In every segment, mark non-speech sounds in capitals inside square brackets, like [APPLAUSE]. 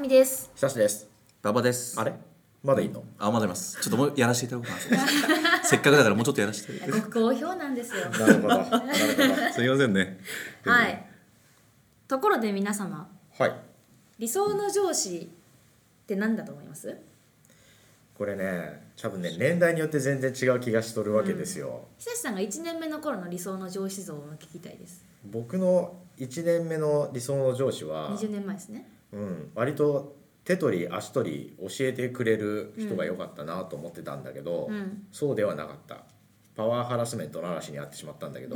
美です。久しです馬場です。あれまだいいのあ、まだいます。ちょっともうやらせていただこうかな。せっかくだからもうちょっとやらせて。 [LAUGHS] ご好評なんですよ。なるほどなるほどすみませんね。 [LAUGHS] はい。ところで皆様、はい理想の上司って何だと思います？これね多分ね年代によって全然違う気がしとるわけですよ、久志さんが1年目の頃の理想の上司像を聞きたいです。僕の1年目の理想の上司は、 20年前ですね。うん、割と手取り足取り教えてくれる人が良かったなと思ってたんだけど、うん。そうではなかったパワーハラスメントの嵐に遭ってしまったんだけど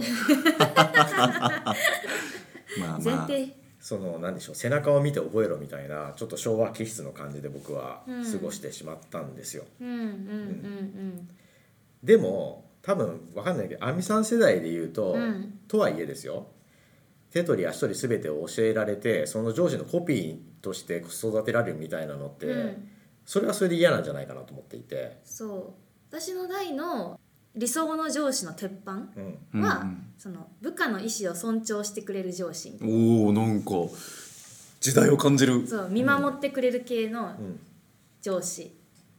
まあ前まあ。提。その何でしょう背中を見て覚えろみたいなちょっと昭和気質の感じで僕は過ごしてしまったんですよ、うんうんうんでも多分わかんないけど亜美さん世代で言うと、うんとはいえですよ手取り足取り全てを教えられてその上司のコピーとして育てられるみたいなのって、うん。うん。それはそれで嫌なんじゃないかなと思っていて、そう。私の代の理想の上司の鉄板は、うん、うんうんその部下の意思を尊重してくれる上司。おお、なんか時代を感じる。そう見守ってくれる系のうん上司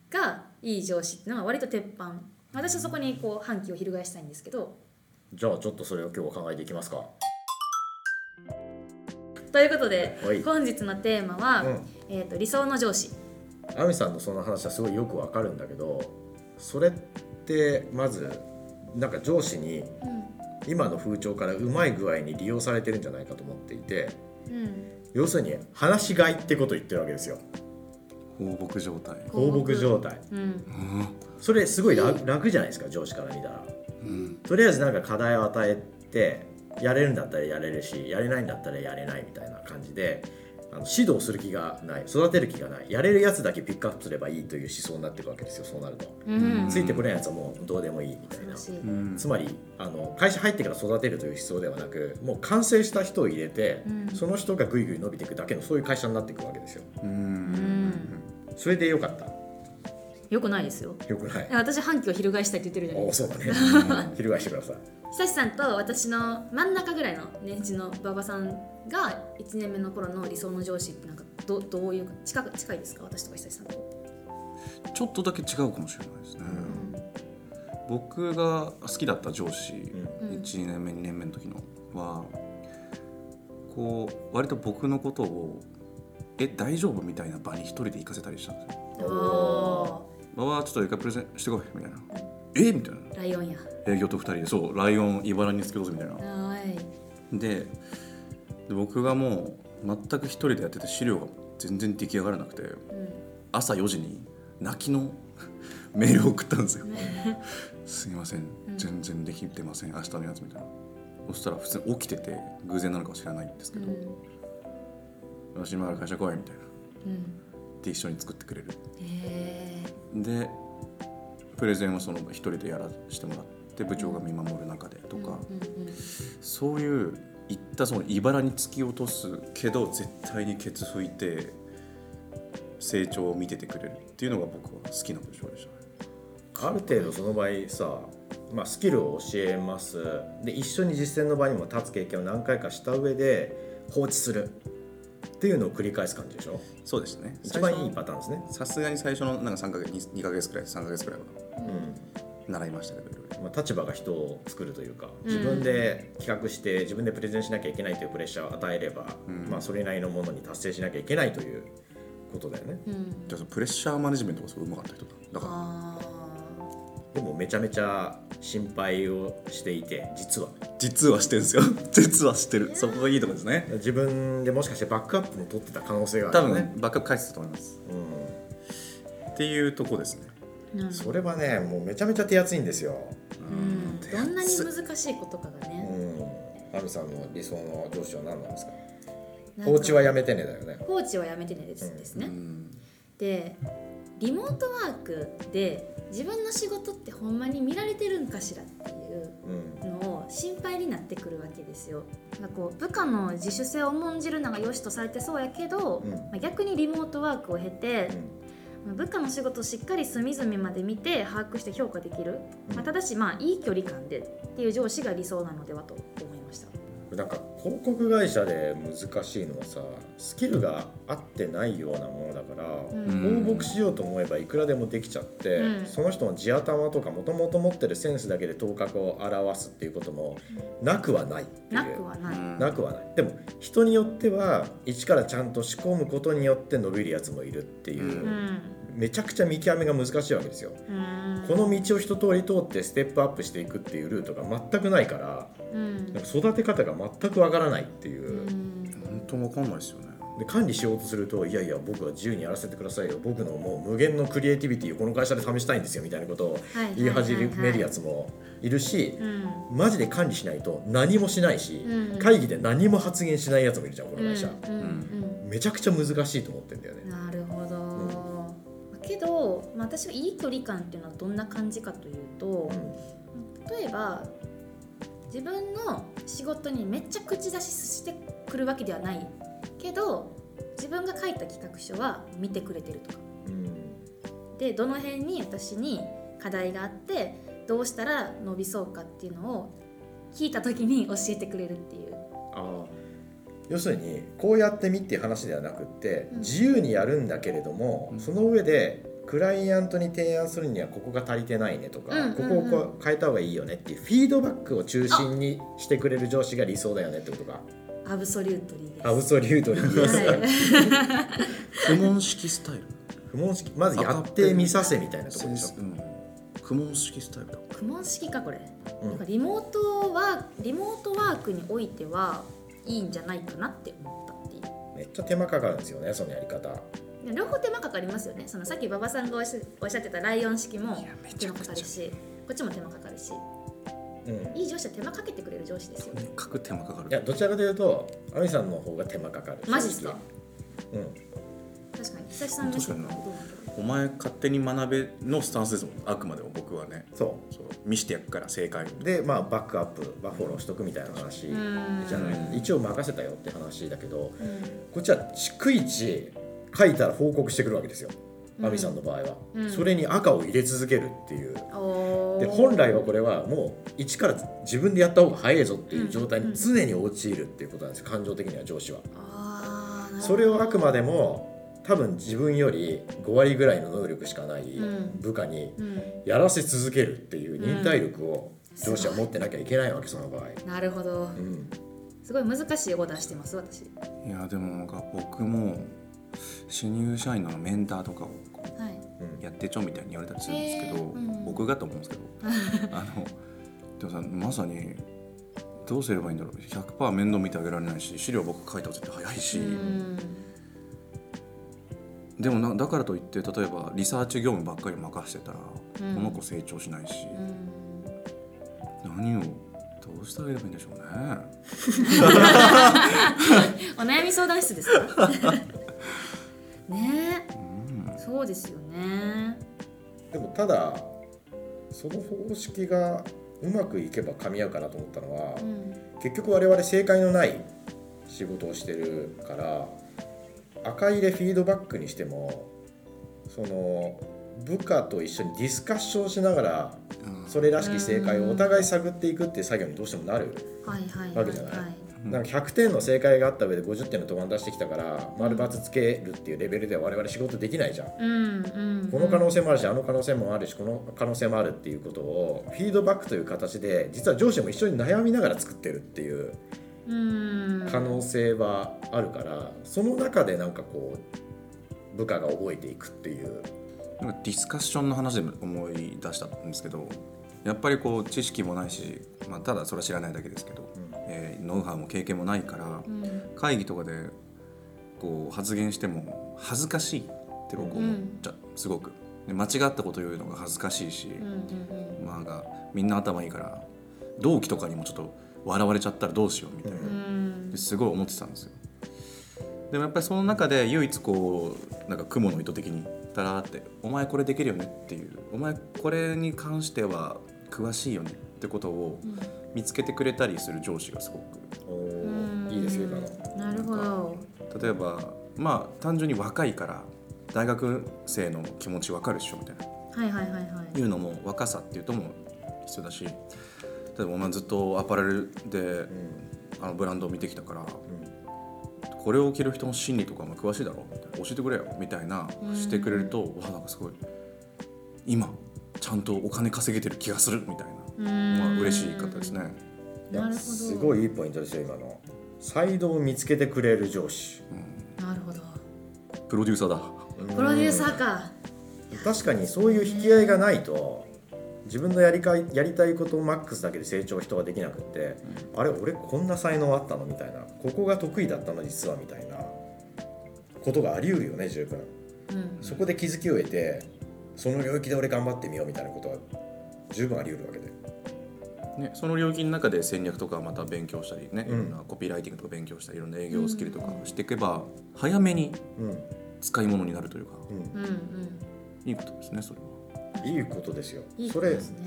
がいい上司っていうのが割と鉄板私はそこにこう反旗を翻したいんですけどじゃあちょっとそれを今日は考えていきますか。ということではい本日のテーマは、うんえー、と理想の上司亜美さんのその話はすごいよくわかるんだけどそれってまずなんか上司にう今の風潮からうまい具合に利用されてるんじゃないかと思っていてん、うん、要するに話しがいってことを言ってるわけですよ放牧状態。放牧状態うんそれすごい楽楽じゃないですか上司から見たらうん。とりあえずなんか課題を与えてやれるんだったらやれるしやれないんだったらやれないみたいな感じであの指導する気がない育てる気がないやれるやつだけピックアップすればいいという思想になっていくわけですよそうなると、うんついてこれないやつはもうどうでもいいみたいな素晴らしいうんつまりあの会社入ってから育てるという思想ではなくもう完成した人を入れて、うんその人がぐいぐい伸びていくだけのそういう会社になっていくわけですようんんそれでよかったよくないですよよくない私反旗を翻したいって言ってるじゃないおでおすそう [LAUGHS] だね翻してくださいか久志さんと私の真ん中ぐらいの年次の馬場さんが1年目の頃の理想の上司ってなんかどどういうか近く近いですか私とか久志さんと、ちょっとだけ違うかもしれないですね。僕が好きだった上司、ん1年目2年目の時のはこう割と僕のことをえ大丈夫みたいな場に一人で行かせたりしたんですよ。おおおわわちょっと一回プレゼンしてこいみたいなえみたいなーライオンや営業と二人でそうライオン茨につけろぜみたいなはいでで僕がもう全く一人でやってて資料が全然出来上がらなくてう朝4時に泣きの [LAUGHS] メールを送ったんですよ「 [LAUGHS] すいませんうん全然できてません明日のやつ」みたいなそしたら普通に起きてて偶然なのかは知らないんですけんどう「よし今から会社来い」みたいなんうんで一緒に作ってくれるへーでプレゼンをその一人でやらせてもらって部長が見守る中でとか、うんうんうんそういういったその茨に突き落とすけど絶対にケツ拭いて成長を見ててくれるっていうのが僕は好きな部長でしたね。ある程度その場合さ、まあ、スキルを教えますで一緒に実践の場にも立つ経験を何回かした上で放置するっていうのを繰り返す感じでしょそうですね一番いい最初パターンですね、さすがに最初のなんか3ヶ月2ヶ月くらい3ヶ月くらいはう習いましたけどいろいろんまあ、立場が人を作るというかうん自分で企画して自分でプレゼンしなきゃいけないというプレッシャーを与えれば、うんまあ、それなりのものに達成しなきゃいけないということだよねうんじゃあそのプレッシャーマネジメントがすごいうまかった人だだかあでもめちゃめちゃ心配をしていて実はら実はしてるんですよ実はしてるそこがいいところですね自分でもしかしてバックアップも取ってた可能性があ多るよね分バックアップ返してたと思いますうんっていうとこですねーうんそれはねもうめちゃめちゃ手厚いんですよ。うんどんなに手厚い難しいことかがうねん。ナミさんの理想の上司は何なんですか。なんか放置はやめてねだよね。放置はやめてねですですうねんでリモートワークで自分の仕事ってほんまに見られてるんかしらっていううん。のを心配になってくるわけですよ。なんかこう部下の自主性を重んじるのが良しとされてそうやけど、うんまあ逆にリモートワークを経てう、まあ部下の仕事をしっかり隅々まで見て把握して評価できる、うんまあただしまあいい距離感でっていう上司が理想なのではと思いました。なんか広告会社で難しいのはさスキルが合ってないようなものだから、うん応募しようと思えばいくらでもできちゃって、うんその人の地頭とかもともと持ってるセンスだけで頭角を表すっていうこともなくはないっていうなくはない、うんなくはないでも人によっては一からちゃんと仕込むことによって伸びるやつもいるっていうう、んめちゃくちゃ見極めが難しいわけですようんこの道を一通り通ってステップアップしていくっていうルートが全くないからうんなんか育て方が全くわからないっていうう、ん本当わかんないですよねで管理しようとするといやいや僕は自由にやらせてくださいよ僕のもう無限のクリエイティビティをこの会社で試したいんですよみたいなことをはいはい言い始めるやつつもいるしうんマジで管理しないと何もしないしうん会議で何も発言しないやつもいるじゃんこうのん会社うんうんめちゃくちゃ難しいと思ってんだよねうんなるほど、けど、まあ、私はいい距離感っていうのはどんな感じかというと例えば自分の仕事にめっちゃ口出ししてくるわけではないけど自分が書いた企画書は見てくれてるとかうんでどの辺に私に課題があってどうしたら伸びそうかっていうのを聞いた時に教えてくれるっていう。ああ要するにこうやってみっていう話ではなくってうん自由にやるんだけれどもうんその上でクライアントに提案するにはここが足りてないねとかうんこうんこうをんこう変えた方がいいよねっていうフィードバックを中心にしてくれる上司が理想だよねってことかアブソリュートリーです。アブソリュートにイエスはい苦問式スタイル不問式まずやってみさせみたいなとこそろうででしすょ、うん、苦問式スタイルだ苦問式かこれ、うんなんかリモートワークリモートワークにおいてはいいんじゃないかなって思ったっていうめっちゃ手間かかるんですよねそのやり方で両方手間かかりますよねそのさっき馬場さんがおっしゃおっしゃってたライオン式もいやめち手ゃ間くかちかゃるしこっちも手間かかるしうんいい上司は手間かけてくれる上司ですよとにかく手間かかいやるどちらかというと亜美さんの方が手間かかるマジっすか正直うん確かに久しさん目線どうなんだろうお前勝手に学べのスタンスですもんあくまでも僕はねそそう見してやっから正解うでまあバックアップバッフォローしとくみたいな話うーんじゃない、うん一応任せたよって話だけどうんこっちは逐一書いたら報告してくるわけですようん亜美さんの場合は、うんそれに赤を入れ続けるっていうおーで本来はこれはもう一から自分でやった方が早いぞっていう状態うんうにん常に陥るっていうことなんですよ感情的には上司は。あーなるほどそれをあくまでも多分自分より5割ぐらいの能力しかないうん部下にうんやらせ続けるっていう忍耐力を上司は持ってなきゃいけないわけその場合。なるほどうんすごい難しいオーダーしてます私いやでもなんか僕も新入社員のメンターとかをこうはいうんやってちょみたいに言われたりするんですけど、へーうん僕がと思うんですけど [LAUGHS] あのでもさまさにどうすればいいんだろう100%面倒見てあげられないし資料僕書いたら絶対早いし、うんでもなだからといって例えばリサーチ業務ばっかり任せてたら、うんこの子成長しないし、うん何をどうしてあげればいいんでしょうねお悩み相談室です [LAUGHS] かねえそうですよねでもただその方式がうまくいけば噛み合うかなと思ったのは、うん結局我々正解のない仕事をしてるから赤入れフィードバックにしてもその部下と一緒にディスカッションしながらうんそれらしき正解をお互い探っていくっていう作業にどうしてもなるはいはいはわいけじゃはないいうんなんか100点の正解があった上で50点の答案出してきたから丸バツつけるっていうレベルでは我々仕事できないじゃん。うんうんこの可能性もあるしあの可能性もあるしこの可能性もあるっていうことをフィードバックという形で実は上司も一緒に悩みながら作ってるっていううん可能性はあるからその中でなんかこう部下が覚えていくっていうなんかディスカッションの話でも思い出したんですけどやっぱりこう知識もないし、まあ、ただそれは知らないだけですけど、んえーノウハウも経験もないからうん会議とかでこう発言しても恥ずかしいって僕思っちゃう、すごくで間違ったこと言うのが恥ずかしいし、うんうんまあがみんな頭いいから同期とかにもちょっと笑われちゃったらどうしようみたいなう、んですごい思ってたんですよでもやっぱりその中で唯一こうなんか雲の糸的にたらーって「お前これできるよね」っていう「お前これに関しては詳しいよね」ってことをうん見つけてくれたりする上司がすごくおうんーいいですよ今のなるほど例えばまあ単純に若いから大学生の気持ちわかるっしょみたいなはいはいはいはいいうのも若さっていうとも必要だし例えばお前ずっとアパレルでうんあのブランドを見てきたからこれを着る人の心理とかも詳しいだろみたいな教えてくれよみたいなうんしてくれるとわあなんかすごい今ちゃんとお金稼げてる気がするみたいなままあ嬉しい方ですね。いやなるほどすごいいいポイントですよ今のサイドを見つけてくれる上司うんなるほどプロデューサーだ。プロデューサーか確かにそういう引き合いがないと自分のやりかいやりたいことをマックスだけで成長人ができなくって、あれ俺こんな才能あったのみたいなここが得意だったの実はみたいなことがあり得るよね十分うんそこで気づきを得てその領域で俺頑張ってみようみたいなことは十分あり得るわけでね、その領域の中で戦略とかまた勉強したりね、うんいろんなコピーライティングとか勉強したりいろんな営業スキルとかしていけば早めにうん使い物になるというかうんうんいいことですねそれは。うんいいことですよいいそことれですね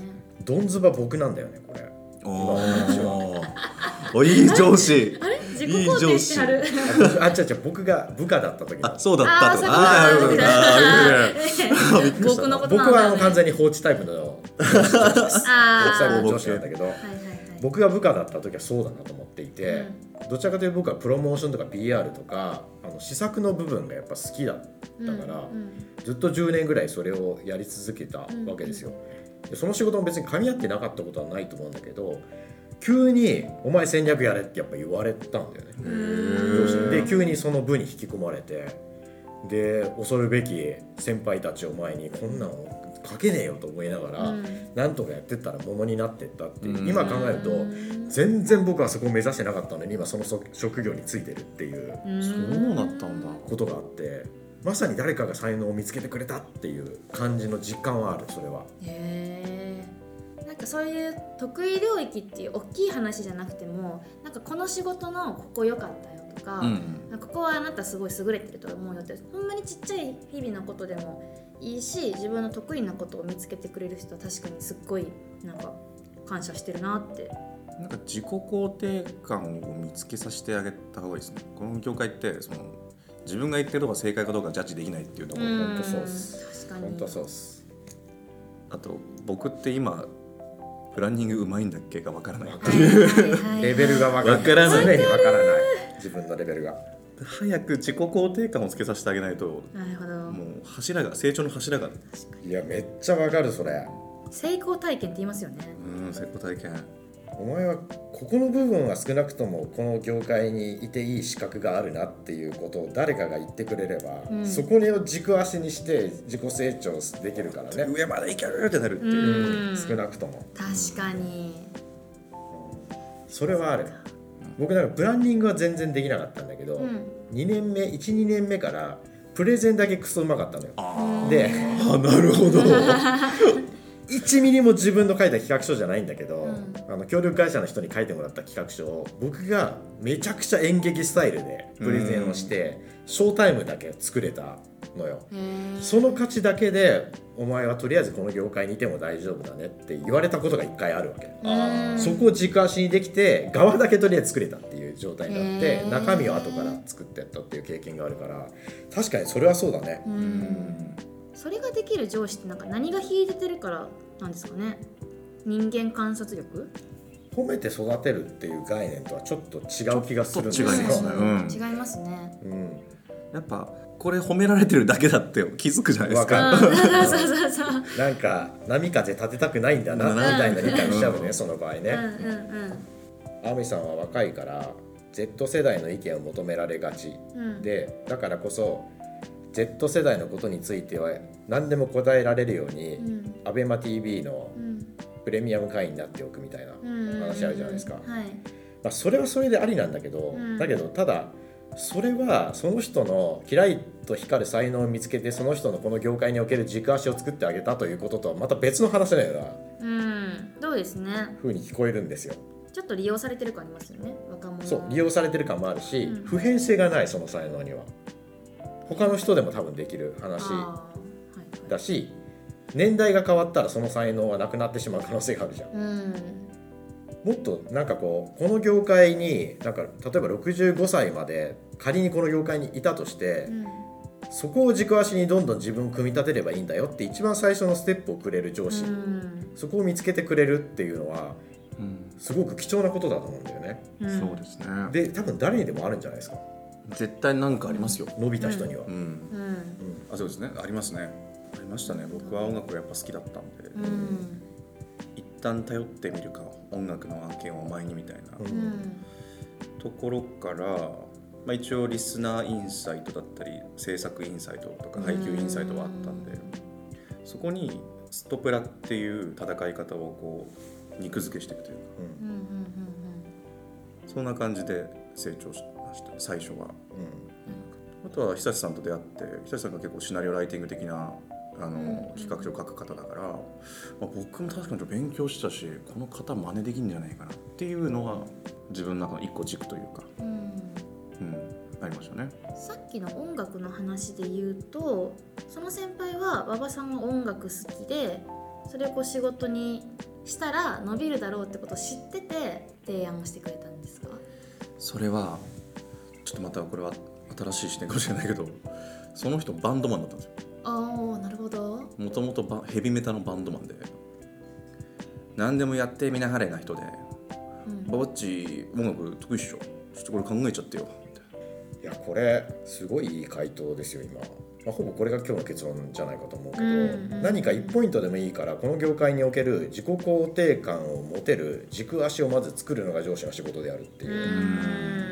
どんずば僕なんだよねこれ [LAUGHS] あーおいい上司あれ自己肯定してはるあ違う違う僕が部下だった時のあそうだったとかあーそういうことあーあーびっくりしたびっくりした僕のこと僕なんだはあの完全に放置タイプのあ放置タイプーの上司なんだけどはいはいはい僕が部下だった時はそうだなと思っていて、どちらかというと僕はプロモーションとか PR とかあの施策の部分がやっぱ好きだだからうんうんずっと10年ぐらいそれをやり続けたわけですよ、でその仕事も別に噛み合ってなかったことはないと思うんだけど急に「お前戦略やれ」ってやっぱ言われたんだよね、うんで急にその部に引き込まれてで恐るべき先輩たちを前にこんなの書けねえよと思いながら、うんなんとかやってったらものになってったっていう、うん今考えると、全然僕はそこを目指してなかったのに今その職職業についてるっていううんそうだったんだことがあってまさに誰かが才能を見つけてくれたっていう感じの実感はあるそれはへえなんかそういう得意領域っていう大きい話じゃなくてもなんかこの仕事のここ良かったよとか、うんここはあなたすごい優れてると思うよってほんまにちっちゃい日々のことでもいいし自分の得意なことを見つけてくれる人は確かにすっごいなんか感謝してるなってなんか自己肯定感を見つけさせてあげた方がいいですねこの業界ってその自分が言ってることが正解かどうかジャッジできないっていうところ、んとそうっす確かに本当そうっすあと僕って今プランニングうまいんだっけがわからないはい [LAUGHS] レベルが分からないわから常に分からない自分のレベルが早く自己肯定感をつけさせてあげないとなるほどもう柱が成長の柱が確かにいやめっちゃ分かるそれ成功体験って言いますよねうん成功体験お前はここの部分は少なくともこの業界にいていい資格があるなっていうことを誰かが言ってくれれば、うんそこを軸足にして自己成長できるからね上まで行けるってなるってういう、ん少なくとも確かにそれはある僕なんかブランディングは全然できなかったんだけど、うん2年目12年目からプレゼンだけクソうまかったのよあであなるほど [LAUGHS] 1ミリも自分の書いた企画書じゃないんだけど、うんあの協力会社の人に書いてもらった企画書を僕がめちゃくちゃ演劇スタイルでプレゼンをして、ショータイムだけ作れたのよへーその価値だけでお前はとりあえずこの業界にいても大丈夫だねって言われたことが1回あるわけ、うんそこを軸足にできて側だけとりあえず作れたっていう状態になってへー中身を後から作ってったっていう経験があるから確かにそれはそうだねううんんそれができる上司ってなんか何が秀でてるからなんですかね人間観察力褒めて育てるっていう概念とはちょっと違う気がするんです違よいますねうん違いますねうんやっぱこれ褒められてるだけだって気づくじゃないですうかわんそうそうそうそうなんか波風立てたくないんだなうんみたいな理解しちゃううねんその場合うんね。アミさんは若いから Z 世代の意見を求められがちうんうんでだからこそ Z 世代のことについては何でも答えられるように、うんアベマ t v のうんプレミアム会員になっておくみたいな、まうん話あるじゃないですかはいあ、それはそれでありなんだけど、うんだけどただそれはその人の嫌いと光る才能を見つけてその人のこの業界における軸足を作ってあげたということとはまた別の話のようなうんどうですね風に聞こえるんですよ。ちょっと利用されてる感ありますよね若者そう利用されてる感もあるし、うん普遍性がないその才能には他の人でも多分できる話あーはいはいだし年代が変わったらその才能はなくなってしまう可能性があるじゃん。うんもっとなんかこうこの業界になんか例えば65歳まで仮にこの業界にいたとして、うんそこを軸足にどんどん自分を組み立てればいいんだよって一番最初のステップをくれる上司、うんそこを見つけてくれるっていうのはうんすごく貴重なことだと思うんだよねんそうですねで多分誰にでもあるんじゃないですか絶対なんかありますよ、伸びた人には、ううんん、うんあそうですねありますねありましたね僕は音楽がやっぱ好きだったんで、うん一旦頼ってみるか音楽の案件を前にみたいな、うんうんところから、まあ、一応リスナーインサイトだったり制作インサイトとか配給インサイトはあったんで、そこにストプラっていう戦い方をこう肉付けしていくというかうんうんそんな感じで成長しました最初は。うあとは久志さんと出会って久志さんが結構シナリオライティング的なあの、うん企画書を書く方だから、まあ、僕も確かにちょっと勉強したしこの方真似できるんじゃないかなっていうのは自分の中の一個軸というか、うんうんうん、ありましたね。さっきの音楽の話で言うとその先輩は馬場さんが音楽好きでそれをこう仕事にしたら伸びるだろうってことを知ってて提案をしてくれたんですかそれはちょっとまたこれは新しい視点かもしれないけどその人バンドマンだったんですよああなるほどもともとバヘビメタのバンドマンで何でもやってみなはれな人でうん「ババッチ音楽得意っしょちょっとこれ考えちゃってよ」みたいなんいやこれすごいいい回答ですよ今、まあ、ほぼこれが今日の結論じゃないかと思うけど、うんうん何か1ポイントでもいいからこの業界における自己肯定感を持てる軸足をまず作るのが上司の仕事であるってういう、ん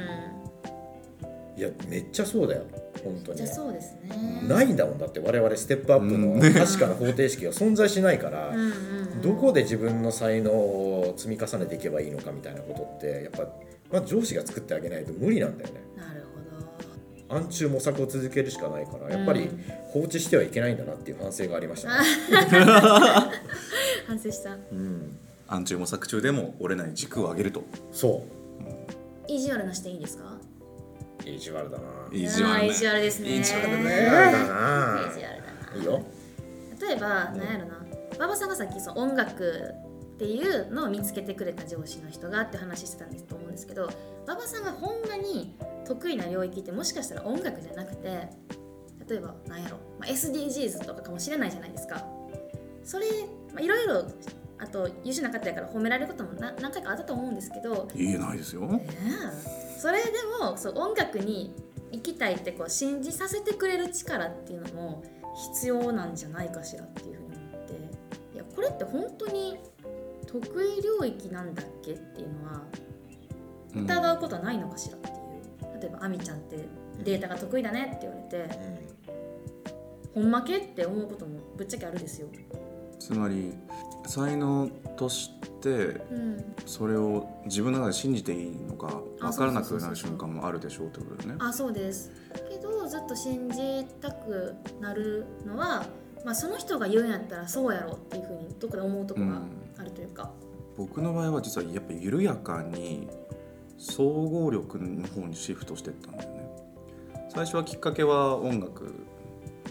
いやめっちゃそうだよ本当にじゃあそうですねないんだもんだって我々ステップアップのうん確かな方程式が存在しないから、うんうんうんどこで自分の才能を積み重ねていけばいいのかみたいなことってやっぱ、まあ、上司が作ってあげないと無理なんだよねなる暗中模索を続けるしかないかほらどやっぱうりん放置してはいけないんだなっていう反省がありましたね、反省したうん、暗中模索中でも折れない軸を上げるとそ意地悪なしていいですかう意地悪だな意地悪ねあー意地悪ですね意地悪 [LAUGHS] だ意地意悪ねだ地悪だなないいよ例えば、なんやろな馬場さんがさっきその音楽っていうのを見つけてくれた上司の人がって話してたんですと思うんですけど馬場さんがほんまに得意な領域ってもしかしたら音楽じゃなくて例えばなんやろ、まあ、SDGs とかかもしれないじゃないですかそれまあいろいろあと優秀な方やから褒められることもな何回かあったと思うんですけど言えないですよねえそれでもそう音楽に行きたいってこう信じさせてくれる力っていうのも必要なんじゃないかしらっていうふうに思っていやこれって本当に得意領域なんだっけっていうのはうん疑うことはないのかしらっていう例えば「亜美ちゃんってデータが得意だね」って言われて「ほんまけ?」って思うこともぶっちゃけあるですよ。つまり才能としてうん、それを自分の中で信じていいのかあ分からなくそうそなうそうるそう瞬間もあるでしょうってことだよね。あそうですけどずっと信じたくなるのは、まあ、その人が言うんやったらそうやろっていうふうにどこで思うとこがあるというか、僕の場合は実はやっぱ緩やかに総合力の方にシフトしてったんだよね最初はきっかけは音楽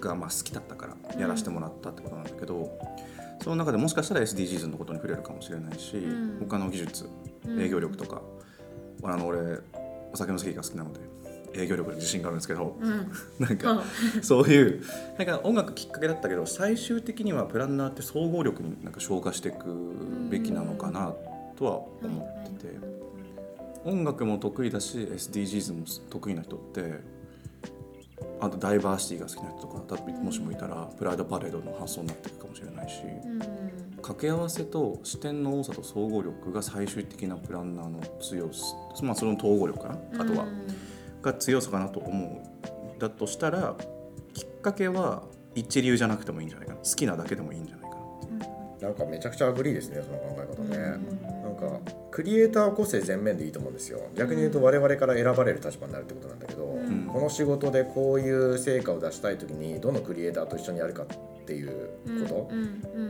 がまあ好きだったからやらせてもらったってことなんだけど、その中でもしかしたら SDGs のことに触れるかもしれないし、うん他の技術うん営業力とか、あの俺お酒の席が好きなので営業力に自信があるんですけど [LAUGHS] うんなんかそういうなんか音楽きっかけだったけど最終的にはプランナーって総合力になんか消化していくべきなのかなとは思ってて音楽も得意だし SDGs も得意な人ってあとダイバーシティが好きな人とかだってもしもいたらプライドパレードの発想になっていくかもしれないしうん掛け合わせと視点の多さと総合力が最終的なプランナーの強さ、まあ、その統合力かなあとは。が強さかなと思うだとしたらきっかけは一流じゃなくてもいいんじゃないかな好きなだけでもいいんじゃないかななんかめちゃくちゃアグリーですねその考え方ね、うんなんかクリエイター個性全面でいいと思うんですよ逆に言うと我々から選ばれる立場になるってことなんだけど、うんこの仕事でこういう成果を出したい時にどのクリエイターと一緒にやるかっていうこと、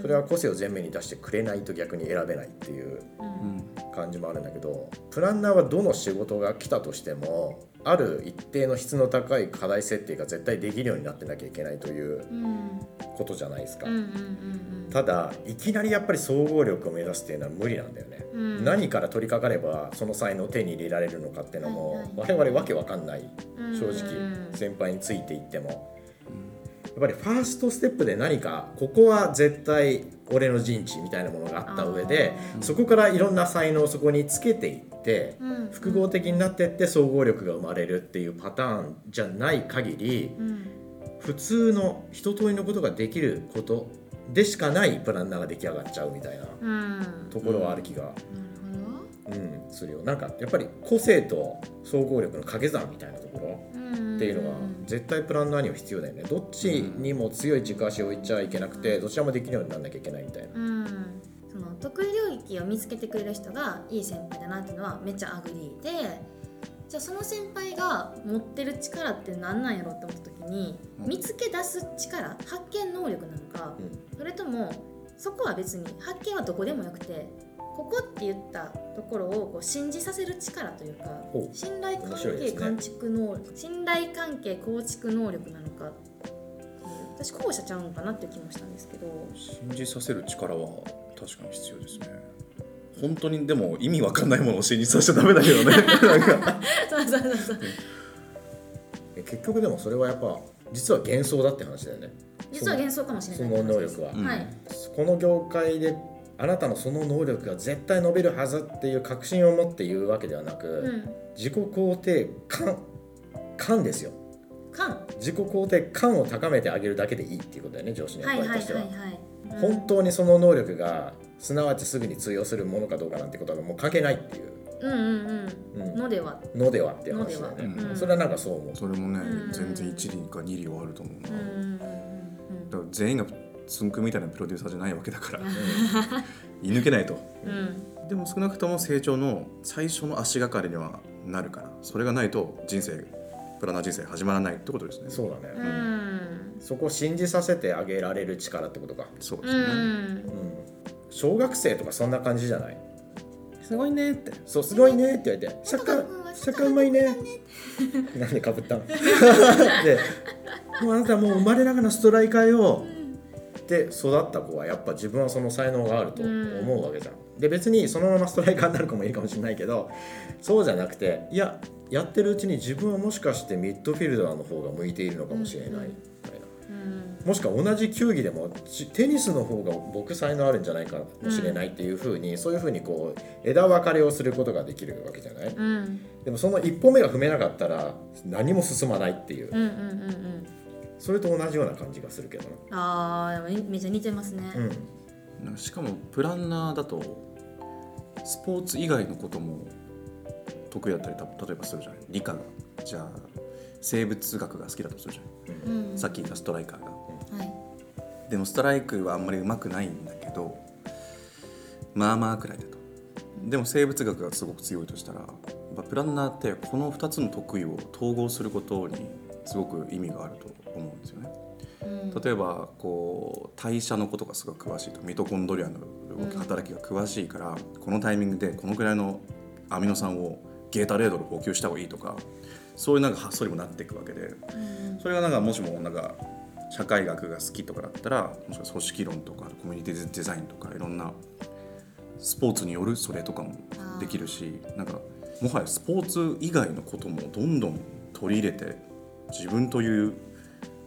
それは、個性を前面に出してくれないと逆に選べないっていううんうんうんうんん感じもあるんだけどプランナーはどの仕事が来たとしてもある一定の質の高い課題設定が絶対できるようになってなきゃいけないということじゃないですか、うんうんうんうんただいきなりやっぱり総合力を目指すっていうのは無理なんだよね、うん何から取り掛かればその才能を手に入れられるのかっていうのも、はいはい我々わけわかんないうん正うん直先輩についていっても、ぱりファーストステップで何かここは絶対俺の陣地みたいなものがあった上であーそこからいろんな才能をそこにつけていってうん複合的になっていって総合力が生まれるっていうパターンじゃない限りうん普通の一通りのことができることでしかないプランナーが出来上がっちゃうみたいなうんなるところはある気が、ほうん、するよなんかやっぱり個性と総合力の掛け算みたいなところどうんっていうのは絶対プランナーには必要だよねどっちにも強い軸足を置いちゃいけなくてどちらもできるようにならなきゃいけないみたいなうんその得意領域を見つけてくれる人がいい先輩だなっていうのはめっちゃアグリーでじゃあその先輩が持ってる力って何なんやろって思った時にうん見つけ出す力発見能力なのかうそれともそこは別に発見はどこでもよくてここって言ったところをこう信じさせる力というかほう信頼関面白い係ですね構築能力、信頼関係構築能力なのか私後者ちゃうのかなっていう気もしたんですけど信じさせる力は確かに必要ですね本当にでも意味わかんないものを信じさせちゃダメだけ [LAUGHS] どねなんか [LAUGHS] そうそうそうそうえ結局でもそれはやっぱ実は幻想だって話だよね実は幻想かもしれなそいの能力は、うんはいこの業界であなたのその能力が絶対伸びるはずっていう確信を持って言うわけではなく、うん自己肯定感感ですよ感自己肯定感を高めてあげるだけでいいっていうことだよね上司のはい役はいは割いとしては。はいうん本当にその能力がすなわちすぐに通用するものかどうかなんてことはもう関係ないっていううんうんうんうんのではのではっていう話だよねのではうんそれはなんかそう思うそれもねうん全然一理か二理はあると思うなうんうんだうんから全員がつんくみたいなプロデューサーじゃないわけだから居抜けないとうんうんでも少なくとも成長の最初の足がかりにはなるからそれがないと人生プランナー人生始まらないってことですねそうだうねんそこを信じさせてあげられる力ってことかそうでうすね、んうん小学生とかそんな感じじゃないすごいねってそうすごいねって言われて社なん会かうん社会うまいねなんでかぶったの [LAUGHS] でもうあなたもう生まれながらストライカーよで育った子はやっぱ自分はその才能があると思うわけじゃん、で別にそのままストライカーになる子もいるかもしれないけどそうじゃなくていややってるうちに自分はもしかしてミッドフィルダーの方が向いているのかもしれないみたいうな、んもしくは同じ球技でもちテニスの方が僕才能あるんじゃないかもしれないっていうふうに、そういうふうにこう枝分かれをすることができるわけじゃないうんでもその一歩目が踏めなかったら何も進まないっていう、うんうんうんうんそれと同じような感じがするけどなあーでもめっちゃ似てますね、うんなんかしかもプランナーだとスポーツ以外のことも得意だったりた例えばするじゃない理科がじゃあ生物学が好きだとするじゃない、うんさっき言ったストライカーがはいでもストライクはあんまりうまくないんだけどまあまあくらいだとでも生物学がすごく強いとしたらやっぱプランナーってこの2つの得意を統合することにすごく意味があると思うんですよねうん例えばこう代謝のことがすごく詳しいとミトコンドリアの動きうん働きが詳しいから、このタイミングでこのくらいのアミノ酸をゲータレードで補給した方がいいとかそういうなんか発想にもなっていくわけでうんそれがなんかもしもなんか社会学が好きとかだったらもしかしたら組織論とかコミュニティデザインとかいろんなスポーツによるそれとかもできるしなんかもはやスポーツ以外のこともどんどん取り入れて自分という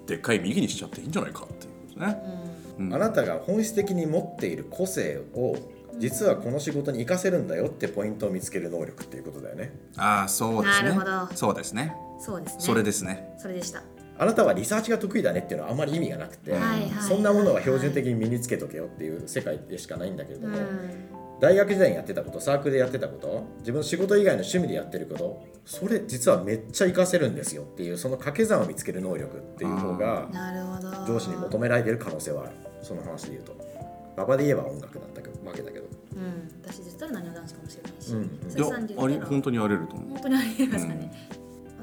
でっかい右にしちゃっていいんじゃないかっていうことですね。うんあなたが本質的に持っている個性を実はこの仕事に活かせるんだよってポイントを見つける能力っていうことだよねああそうですね。なるほどそうですね。そうですねそれですね。それでしたあなたはリサーチが得意だねっていうのはあんまり意味がなくて、はいはいはいそんなものは標準的に身につけとけよっていう世界でしかないんだけれうどんも、大学時代にやってたことサークルでやってたこと自分の仕事以外の趣味でやってることそれ実はめっちゃ活かせるんですよっていうその掛け算を見つける能力っていう方がなるほど上司に求められてる可能性はあるその話で言うと馬場で言えば音楽だったわけだけどうん私絶対何の男子かもしれないし、うんうんそいれやさんであ言れったら本当にやれると思本当にありますかね、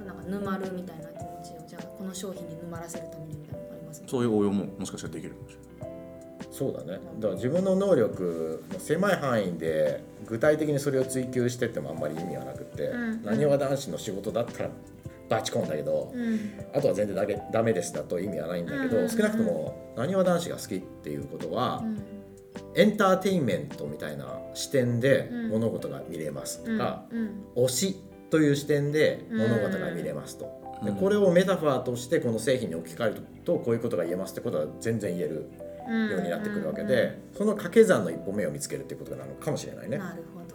なんか沼るみたいな気持ちをじゃあこの商品に沼らせるためにみたいなのがありますねう。そういう応用ももしかしたらできるかもしれない。そうだねだから自分の能力の狭い範囲で具体的にそれを追求してってもあんまり意味はなくてうんなにわ男子の仕事だったらバチコンだけどうんあとは全然だけダメですだと意味はないんだけうんうんうどん少なくともなにわ男子が好きっていうことは、うんエンターテインメントみたいな視点でうん物事が見れますとか、うん推しという視点でうん物事が見れますと、でうんこれをメタファーとしてこの製品に置き換えるとこういうことが言えますってことは全然言えるうんようになってくるわけでその掛け算の一歩目を見つけるっていうことなのかもしれないうんうんね。なるほど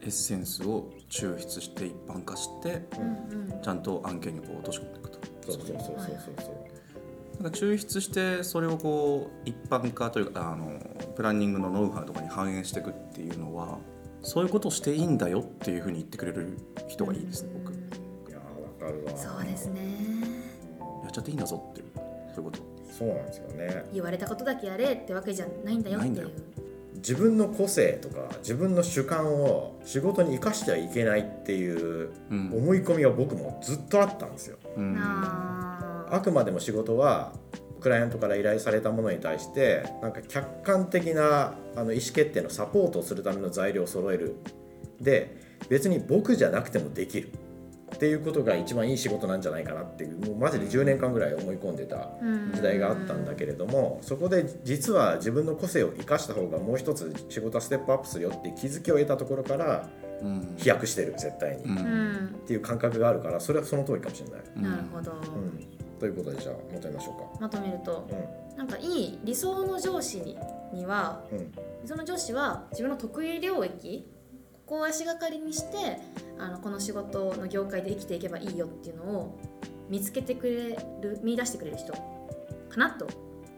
エッセンスを抽出して一般化してうんうんちゃんと案件にこう落とし込んでいくとそうそうそうそうはいそうそう。なんか抽出してそれをこう一般化というかあのプランニングのノウハウとかに反映していくっていうのはそういうことをしていいんだよっていうふうに言ってくれる人がいいですね僕うんいややーわかるわ。そうです。ねっちゃっていいんだぞっていうそういうことそうなんですよね。言われたことだけやれってわけじゃないんだよっていなういんだ自分の個性とか自分の主観を仕事に生かしてはいけないっていううん思い込みは僕もずっとあったんですよ。うんなあくまでも仕事はクライアントから依頼されたものに対してなんか客観的なあの意思決定のサポートをするための材料を揃えるで別に僕じゃなくてもできるっていうことが一番いい仕事なんじゃないかなっていうもうマジで10年間ぐらい思い込んでた時代があったんだけれどもそこで実は自分の個性を生かした方がもう一つ仕事はステップアップするよっていう気づきを得たところからうん飛躍してる絶対に、うっうんんていう感覚があるからそれはその通りかもしれない。うんなるほど、うん、ということでじゃあまとめましょまとめるとうか。うんなんかいい理想の上司ににはうん理想の上司は自分の得意領域ここを足がかりにしてあのこの仕事の業界で生きていけばいいよっていうのを見つけてくれる見出してくれる人かなと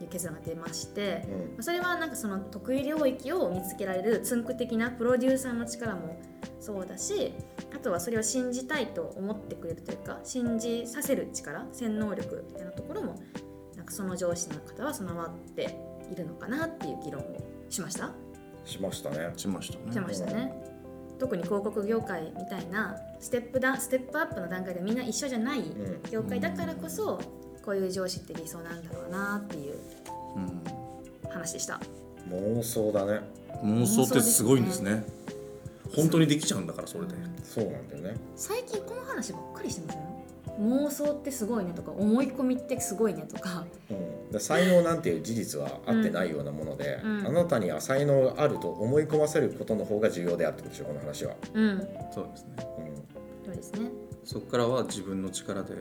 いう結論が出ましてう、んまあそれはなんかその得意領域を見つけられるつんく的なプロデューサーの力もそうだしあとはそれを信じたいと思ってくれるというか信じさせる力洗脳力みたいなところもなんかその上司の方は備わっているのかなっていう議論をしました。しましたね。しましたしねましたね。特に広告業界みたいなステップだステップアップの段階でみんな一緒じゃないうん業界だからこそこういう上司って理想なんだろうなっていううん話でした。妄想だね。妄想ってすごいんですね本当にできちゃうんだからそれでそうなんだよね。最近この話ばっかりしてません妄想ってすごいねとか思い込みってすごいねとかうん、で才能なんていう事実は合ってないようなもので、うんあなたには才能があると思い込ませることの方が重要であるってことでしょこの話は。うんそうですねうそうですねそこからは自分の力で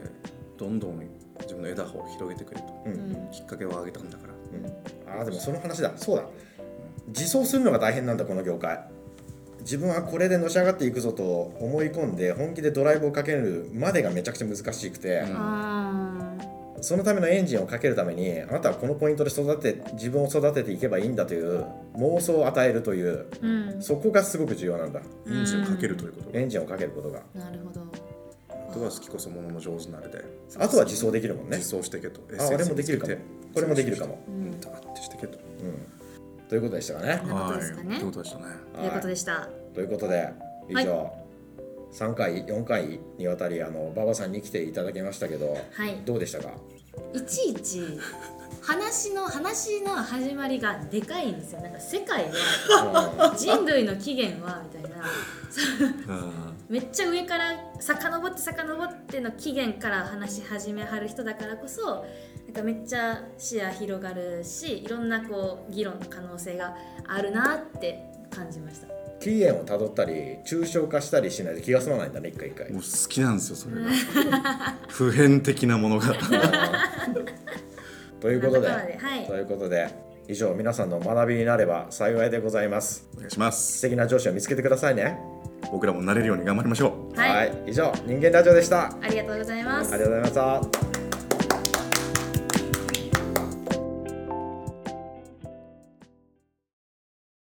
どんどん自分の枝葉を広げてくれとんうんうんきっかけをあげたんだからうん、ああでもその話だそうだ自走するのが大変なんだこの業界自分はこれでのし上がっていくぞと思い込んで本気でドライブをかけるまでがめちゃくちゃ難しくて、うんあそのためのエンジンをかけるためにあなたはこのポイントで育て自分を育てていけばいいんだという妄想を与えるというーうんそこがすごく重要なんだエンジンをかけるということエンジンをかけることがなるほどあとは好きこそものの上手なれであとは自走できるもんね自走してけとあ俺もできるかもこれもできるかも、うんたってしてけうん、といということでしたかねんなことですかねということでしたねということでしたということで以上、3回4回にわたりあの馬場さんに来ていただきましたけどはいどうでしたかいちいち話の話の始まりがでかいんですよなんか世界は人類の起源はみたいなめっちゃ上から遡って遡っての起源から話し始めはる人だからこそなんかめっちゃ視野広がるしいろんなこう議論の可能性があるなって感じました。起源をたどったり抽象化したりしないと気が済まないんだね一回一回もう好きなんですよそれが普遍的なものが [LAUGHS] というこそんなととでころではいということで以上皆さんの学びになれば幸いでございますお願いします素敵な上司を見つけてくださいね僕らもなれるように頑張りましょうはい、以上人間ラジオでしたあありがとうございますりがとうございました